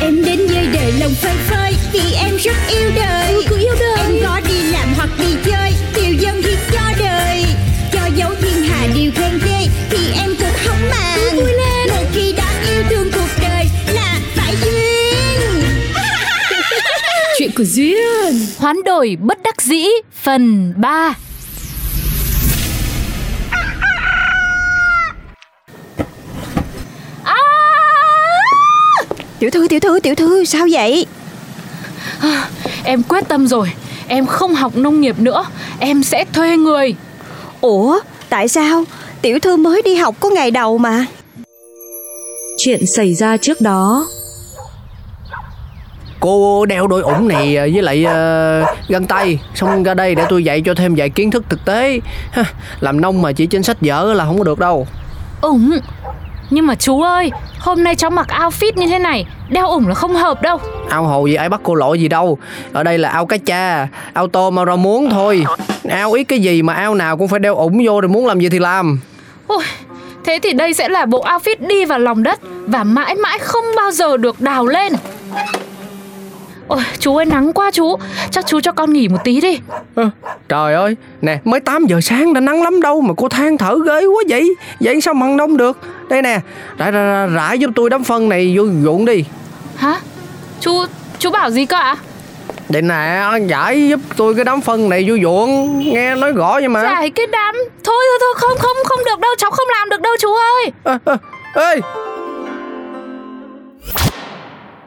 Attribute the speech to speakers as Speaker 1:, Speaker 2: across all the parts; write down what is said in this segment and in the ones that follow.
Speaker 1: Em đến với đời lòng phơi phơi Vì em rất yêu đời
Speaker 2: cứ yêu đời
Speaker 1: Em có đi làm hoặc đi chơi Tiêu dân thì cho đời Cho dấu thiên hà điều khen ghê Thì em cũng không màng vui lên Một khi đã yêu thương cuộc đời Là phải duyên
Speaker 2: chuyện của duyên
Speaker 3: Hoán đổi bất đắc dĩ phần 3
Speaker 4: Tiểu thư, tiểu thư, tiểu thư, sao vậy?
Speaker 3: Em quyết tâm rồi Em không học nông nghiệp nữa Em sẽ thuê người
Speaker 4: Ủa, tại sao? Tiểu thư mới đi học có ngày đầu mà.
Speaker 5: Chuyện xảy ra trước đó
Speaker 6: Cô đeo đôi ủng này à, với lại à, găng tay Xong ra đây để tôi dạy cho thêm vài kiến thức thực tế Ha, Làm nông mà chỉ trên sách vở là không có được đâu
Speaker 3: Ủng Nhưng mà chú ơi Hôm nay cháu mặc outfit như thế này Đeo ủng là không hợp đâu
Speaker 6: Ao hồ gì ai bắt cô lội gì đâu Ở đây là ao cá cha Ao tôm, ao rau muống thôi Ao ít cái gì mà ao nào cũng phải đeo ủng vô Rồi muốn làm gì thì làm
Speaker 3: Ôi Thế thì đây sẽ là bộ outfit đi vào lòng đất Và mãi mãi không bao giờ được đào lên Ôi chú ơi nắng quá chú Chắc chú cho con nghỉ một tí đi
Speaker 6: Ờ, Trời ơi, nè, mới 8 giờ sáng đã nắng lắm đâu mà cô than thở ghê quá vậy Vậy sao mà ăn đông được Đây nè, rải, rải, rải, rải giúp tôi đám phân này vô ruộng đi
Speaker 3: Hả Chú Chú bảo gì cơ ạ
Speaker 6: Đây nè, giải giúp tôi cái đám phân này vô ruộng Nghe nói rõ vậy mà
Speaker 3: Giải cái đám Thôi thôi thôi không không không được đâu Cháu không làm được đâu chú ơi
Speaker 6: Ơ, ơ, Ê,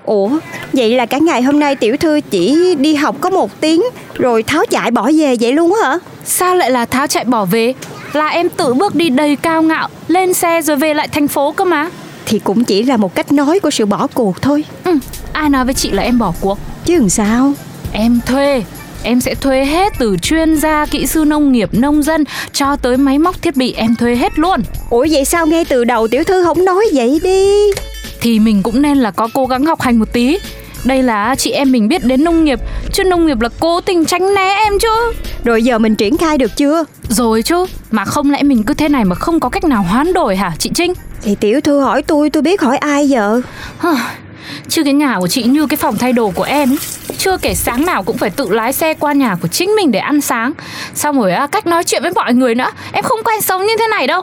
Speaker 4: Ủa, vậy là cả ngày hôm nay tiểu thư chỉ đi học có một tiếng rồi tháo chạy bỏ về vậy luôn á hả?
Speaker 3: Sao lại là tháo chạy bỏ về Là em tự bước đi đầy cao ngạo Lên xe rồi về lại thành phố cơ mà
Speaker 4: Thì cũng chỉ là một cách nói của sự bỏ cuộc thôi.
Speaker 3: Ừ Ai nói với chị là em bỏ cuộc
Speaker 4: Chứ làm sao?
Speaker 3: Em thuê Em sẽ thuê hết từ chuyên gia, kỹ sư nông nghiệp, nông dân Cho tới máy móc thiết bị em thuê hết luôn
Speaker 4: Ủa vậy sao ngay từ đầu tiểu thư không nói vậy đi?
Speaker 3: Thì mình cũng nên là có cố gắng học hành một tí Đây là chị em mình biết đến nông nghiệp Chứ nông nghiệp là cố tình tránh né em chứ
Speaker 4: Rồi giờ mình triển khai được chưa?
Speaker 3: Rồi chứ Mà không lẽ mình cứ thế này mà không có cách nào hoán đổi hả chị Trinh
Speaker 4: Thì tiểu thư hỏi tôi, tôi biết hỏi ai giờ?
Speaker 3: Hờ, Chứ cái nhà của chị như cái phòng thay đồ của em ấy. Chưa kể sáng nào cũng phải tự lái xe qua nhà của chính mình để ăn sáng Xong rồi á, cách nói chuyện với mọi người nữa Em không quen sống như thế này đâu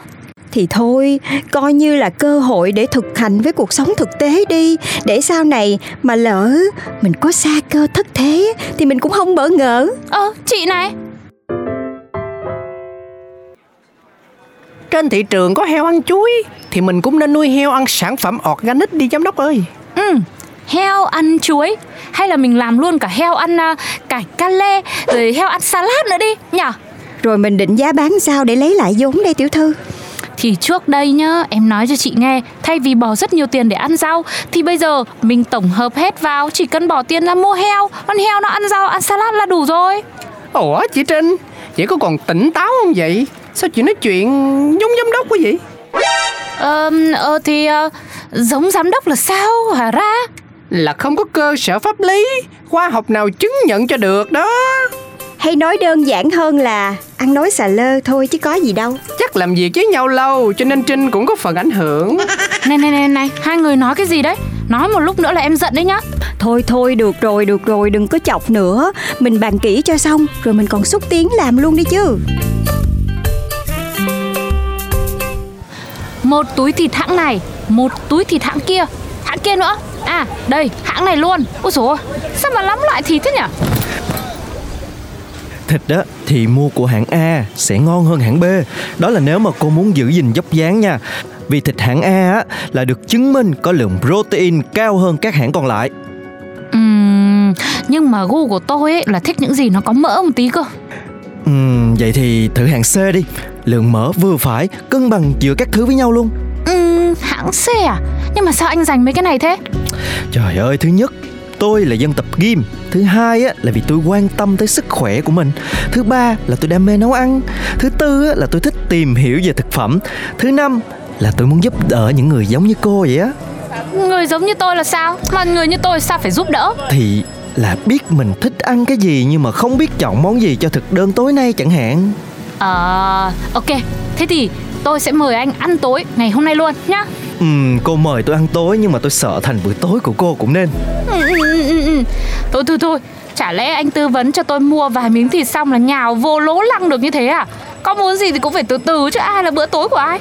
Speaker 4: Thì thôi, coi như là cơ hội để thực hành với cuộc sống thực tế đi Để sau này mà lỡ mình có xa cơ thất thế thì mình cũng không bỡ ngỡ
Speaker 3: Ờ, chị này
Speaker 6: trên thị trường có heo ăn chuối Thì mình cũng nên nuôi heo ăn sản phẩm organic đi giám đốc ơi
Speaker 3: Ừ, heo ăn chuối Hay là mình làm luôn cả heo ăn à, cải ca lê Rồi heo ăn salad nữa đi nhở
Speaker 4: Rồi mình định giá bán sao để lấy lại vốn đây tiểu thư
Speaker 3: Thì trước đây nhá, em nói cho chị nghe Thay vì bỏ rất nhiều tiền để ăn rau Thì bây giờ mình tổng hợp hết vào Chỉ cần bỏ tiền ra mua heo Con heo nó ăn rau, ăn salad là đủ rồi
Speaker 6: Ủa chị Trinh, chị có còn tỉnh táo không vậy Sao chị nói chuyện giống giám đốc quá vậy
Speaker 3: Ờ, ờ thì ờ, giống giám đốc là sao hả ra?
Speaker 6: Là không có cơ sở pháp lý Khoa học nào chứng nhận cho được đó
Speaker 4: Hay nói đơn giản hơn là ăn nói xà lơ thôi chứ có gì đâu
Speaker 6: Chắc làm việc với nhau lâu Cho nên Trinh cũng có phần ảnh hưởng
Speaker 3: Này này này này, hai người nói cái gì đấy? Nói một lúc nữa là em giận đấy nhá.
Speaker 4: Thôi thôi được rồi được rồi đừng có chọc nữa Mình bàn kỹ cho xong rồi mình còn xúc tiến làm luôn đi chứ
Speaker 3: Một túi thịt hãng này, một túi thịt hãng kia, hãng kia nữa. À, đây, hãng này luôn. Ôi dồi ôi, sao mà lắm loại thịt thế nhỉ?
Speaker 7: Thịt đó thì mua của hãng A sẽ ngon hơn hãng B. Đó là nếu mà cô muốn giữ gìn dốc dáng nha. Vì thịt hãng A á, là được chứng minh có lượng protein cao hơn các hãng còn lại.
Speaker 3: Ừm, nhưng mà gu của tôi ấy là thích những gì nó có mỡ một tí cơ.
Speaker 7: Ừm, vậy thì thử hãng C đi. Lượng mỡ vừa phải, cân bằng giữa các thứ với nhau luôn.
Speaker 3: Ừm, hãng C à? Nhưng mà sao anh dành mấy cái này thế?
Speaker 7: Trời ơi, thứ nhất, tôi là dân tập gym thứ hai á, là vì tôi quan tâm tới sức khỏe của mình thứ ba là tôi đam mê nấu ăn thứ tư á, là tôi thích tìm hiểu về thực phẩm thứ năm là tôi muốn giúp đỡ những người giống như cô vậy á
Speaker 3: Người giống như tôi là sao? Mà người như tôi sao phải giúp đỡ?
Speaker 7: thì là biết mình thích ăn cái gì nhưng mà không biết chọn món gì cho thực đơn tối nay chẳng hạn
Speaker 3: Ờ, ok Thế thì tôi sẽ mời anh ăn tối ngày hôm nay luôn nhá
Speaker 7: Ừm, cô mời tôi ăn tối nhưng mà tôi sợ thành bữa tối của cô cũng nên
Speaker 3: Ừ, ừ, ừ, ừ. Thôi thôi thôi Chả lẽ anh tư vấn cho tôi mua vài miếng thịt xong là nhào vô lố lăng được như thế à Có muốn gì thì cũng phải từ từ chứ ai là bữa tối của ai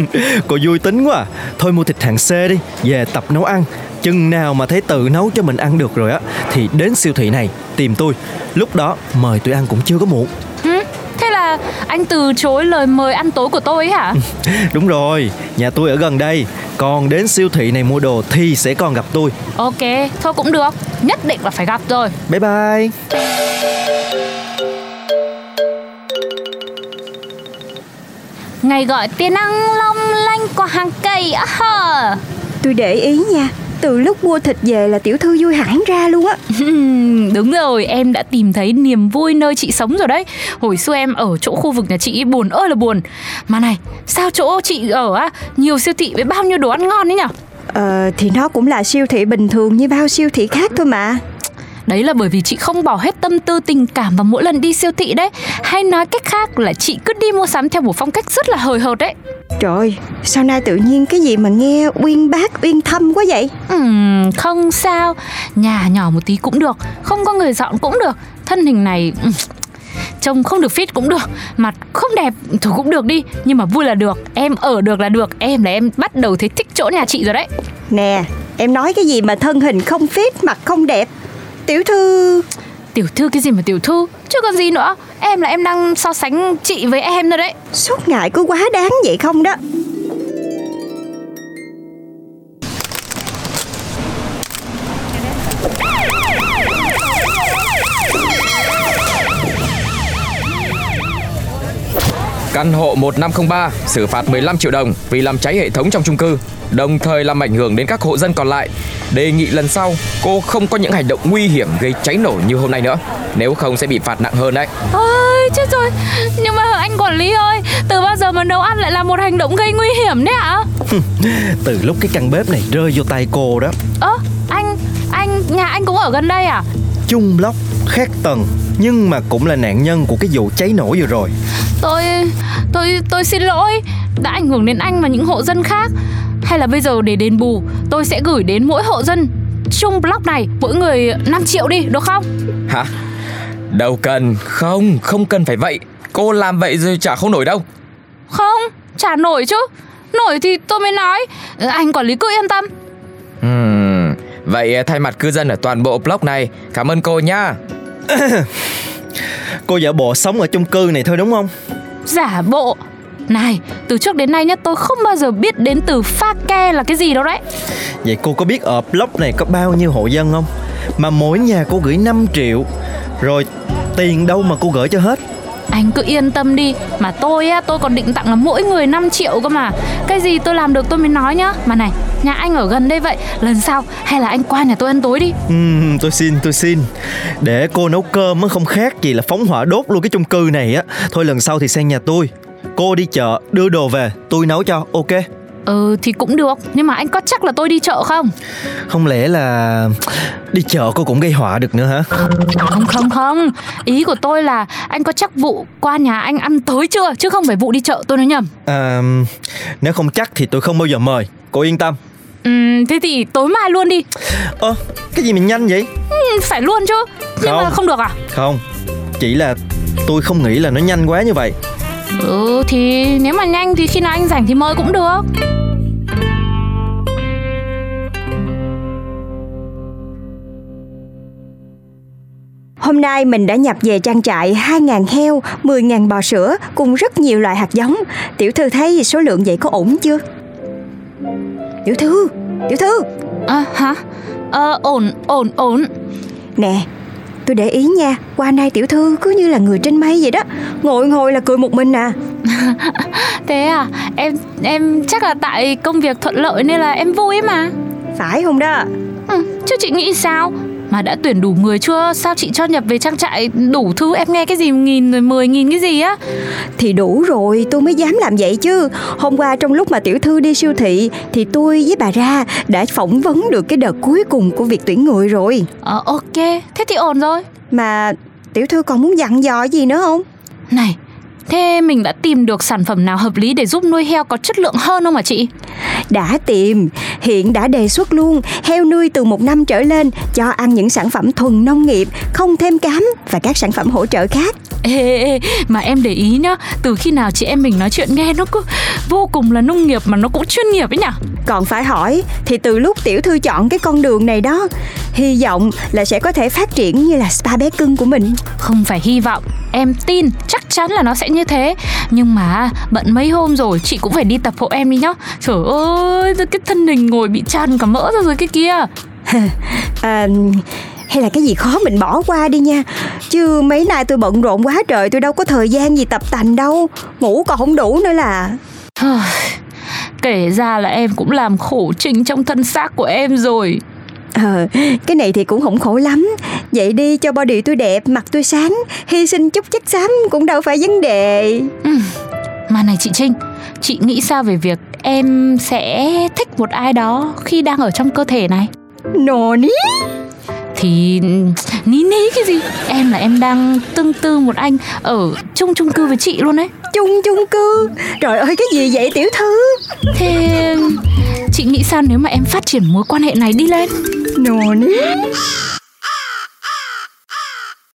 Speaker 7: Cô vui tính quá à. Thôi mua thịt hạng C đi Về tập nấu ăn Chừng nào mà thấy tự nấu cho mình ăn được rồi á Thì đến siêu thị này tìm tôi Lúc đó mời tôi ăn cũng chưa có muộn
Speaker 3: ừ? Thế là anh từ chối lời mời ăn tối của tôi ấy hả
Speaker 7: Đúng rồi, nhà tôi ở gần đây Còn đến siêu thị này mua đồ thì sẽ còn gặp tôi
Speaker 3: Ok thôi cũng được Nhất định là phải gặp rồi
Speaker 7: Bye bye
Speaker 3: Ngày gọi tiền ăn long lanh qua hàng cây á hờ
Speaker 4: Tôi để ý nha Từ lúc mua thịt về là tiểu thư vui hẳn ra luôn á
Speaker 3: Ừm, đúng rồi, em đã tìm thấy niềm vui nơi chị sống rồi đấy Hồi xưa em ở chỗ khu vực nhà chị ấy, buồn ơi là buồn Mà này, sao chỗ chị ở á, nhiều siêu thị với bao nhiêu đồ ăn ngon đấy nhở
Speaker 4: Ờ thì nó cũng là siêu thị bình thường như bao siêu thị khác thôi mà
Speaker 3: Đấy là bởi vì chị không bỏ hết tâm tư tình cảm vào mỗi lần đi siêu thị đấy Hay nói cách khác là chị cứ đi mua sắm theo một phong cách rất là hời hợt đấy
Speaker 4: Trời ơi, sao nay tự nhiên cái gì mà nghe uyên bác uyên thâm quá vậy
Speaker 3: Ừm, không sao, nhà nhỏ một tí cũng được, không có người dọn cũng được Thân hình này, ừm, trông không được fit cũng được, mặt không đẹp thì cũng được đi Nhưng mà vui là được, em ở được là được, em là em bắt đầu thấy thích chỗ nhà chị rồi đấy
Speaker 4: Nè em nói cái gì mà thân hình không fit mặt không đẹp Tiểu thư
Speaker 3: Tiểu thư cái gì mà tiểu thư, chứ còn gì nữa Em là em đang so sánh chị với em rồi đấy
Speaker 4: suốt ngày cứ quá đáng vậy không đó
Speaker 8: Căn hộ 1503 xử phạt 15 triệu đồng vì làm cháy hệ thống trong chung cư, đồng thời làm ảnh hưởng đến các hộ dân còn lại. Đề nghị lần sau cô không có những hành động nguy hiểm gây cháy nổ như hôm nay nữa, nếu không sẽ bị phạt nặng hơn đấy.
Speaker 3: Ôi chết rồi, nhưng mà anh quản lý ơi Từ bao giờ mà nấu ăn lại là một hành động gây nguy hiểm đấy ạ
Speaker 7: Từ lúc cái căn bếp này rơi vô tay cô đó
Speaker 3: Ơ, anh, anh, nhà anh cũng ở gần đây à
Speaker 7: Chung lóc, khác tầng Nhưng mà cũng là nạn nhân của cái vụ cháy nổ vừa rồi
Speaker 3: Tôi tôi tôi xin lỗi đã ảnh hưởng đến anh và những hộ dân khác. Hay là bây giờ để đền bù, tôi sẽ gửi đến mỗi hộ dân chung block này mỗi người 5 triệu đi được không?
Speaker 8: Hả? Đâu cần, không, không cần phải vậy. Cô làm vậy rồi chả không nổi đâu.
Speaker 3: Không, trả nổi chứ. Nổi thì tôi mới nói. Ừ, Anh quản lý cứ yên tâm.
Speaker 8: Ừm, vậy thay mặt cư dân ở toàn bộ block này, cảm ơn cô nhá.
Speaker 7: Cô giả bộ sống ở chung cư này thôi đúng không?
Speaker 3: Giả bộ. Này, từ trước đến nay nhá tôi không bao giờ biết đến từ pha ke là cái gì đâu đấy.
Speaker 7: Vậy cô có biết ở block này có bao nhiêu hộ dân không? Mà mỗi nhà cô gửi 5 triệu Rồi tiền đâu mà cô gửi cho hết
Speaker 3: Anh cứ yên tâm đi Mà tôi á, tôi còn định tặng là mỗi người 5 triệu cơ mà Cái gì tôi làm được tôi mới nói nhá Mà này, nhà anh ở gần đây vậy Lần sau hay là anh qua nhà tôi ăn tối đi
Speaker 7: Ừm, tôi xin, tôi xin Để cô nấu cơm á, không khác gì là phóng hỏa đốt luôn cái chung cư này á Thôi lần sau thì sang nhà tôi Cô đi chợ, đưa đồ về, tôi nấu cho, ok
Speaker 3: Ừ thì cũng được Nhưng mà anh có chắc là tôi đi chợ không
Speaker 7: Không lẽ là đi chợ cô cũng gây họa được nữa hả?
Speaker 3: Không không không Ý của tôi là anh có chắc vụ qua nhà anh ăn tối chưa Chứ không phải vụ đi chợ tôi nói nhầm
Speaker 7: À, nếu không chắc thì tôi không bao giờ mời Cô yên tâm
Speaker 3: Ừm, Ừ, Thế thì tối mai luôn đi
Speaker 7: Ơ, cái gì mà nhanh vậy?
Speaker 3: ừ, Phải luôn chứ Nhưng mà
Speaker 7: Không.
Speaker 3: không được à
Speaker 7: Không, chỉ là tôi không nghĩ là nó nhanh quá như vậy
Speaker 3: Ừ thì nếu mà nhanh thì khi nào anh rảnh thì mời cũng được
Speaker 4: Hôm nay mình đã nhập về trang trại 2.000 heo, 10.000 bò sữa cùng rất nhiều loại hạt giống. Tiểu thư thấy số lượng vậy có ổn chưa? Tiểu thư, tiểu thư.
Speaker 3: À, hả Ờ ổn ổn ổn
Speaker 4: Nè, tôi để ý nha, qua nay tiểu thư cứ như là người trên mây vậy đó. Ngồi ngồi là cười một mình à.
Speaker 3: Thế à, em em chắc là tại công việc thuận lợi nên là em vui ấy mà.
Speaker 4: Phải không đó?
Speaker 3: Ừ, Ừ, chứ chị nghĩ sao Mà đã tuyển đủ người chưa Sao chị cho nhập về trang trại đủ thứ Em nghe cái gì nghìn rồi mười nghìn cái gì á
Speaker 4: Thì đủ rồi tôi mới dám làm vậy chứ Hôm qua trong lúc mà tiểu thư đi siêu thị Thì tôi với bà ra đã phỏng vấn được cái đợt cuối cùng của việc tuyển người rồi
Speaker 3: Ờ ok Thế thì ổn rồi
Speaker 4: Mà tiểu thư còn muốn dặn dò gì nữa không?
Speaker 3: Này Thế mình đã tìm được sản phẩm nào hợp lý để giúp nuôi heo có chất lượng hơn không hả chị?
Speaker 4: Đã tìm, hiện đã đề xuất luôn heo nuôi từ một năm trở lên cho ăn những sản phẩm thuần nông nghiệp, không thêm cám và các sản phẩm hỗ trợ khác.
Speaker 3: Ê, ê, ê, mà em để ý nhá, từ khi nào chị em mình nói chuyện nghe nó cứ vô cùng là nông nghiệp mà nó cũng chuyên nghiệp ấy nhở?
Speaker 4: Còn phải hỏi thì từ lúc tiểu thư chọn cái con đường này đó, hy vọng là sẽ có thể phát triển như là spa bé cưng của mình.
Speaker 3: Không phải hy vọng, em tin chắc chắn là nó sẽ như thế. Nhưng mà bận mấy hôm rồi, chị cũng phải đi tập hộ em đi nhá. Trời ơi, cái thân hình ngồi bị tràn cả mỡ ra rồi cái kia.
Speaker 4: À, hay là cái gì khó mình bỏ qua đi nha Chứ mấy nay tôi bận rộn quá trời Tôi đâu có thời gian gì tập tành đâu Ngủ còn không đủ nữa là
Speaker 3: Kể ra là em cũng làm khổ chính trong thân xác của em rồi.
Speaker 4: Ờ, cái này thì cũng không khổ lắm Vậy đi cho body tôi đẹp, mặt tôi sáng Hy sinh chút chất xám cũng đâu phải vấn đề
Speaker 3: Mà này chị Trinh, chị nghĩ sao về việc em sẽ thích một ai đó khi đang ở trong cơ thể này?
Speaker 4: Nồ ní
Speaker 3: thì ní ní cái gì em là em đang tương tư một anh ở chung chung cư với chị luôn đấy
Speaker 4: chung chung cư Trời ơi cái gì vậy tiểu thư
Speaker 3: thế chị nghĩ sao nếu mà em phát triển mối quan hệ này đi lên
Speaker 4: Nồ ní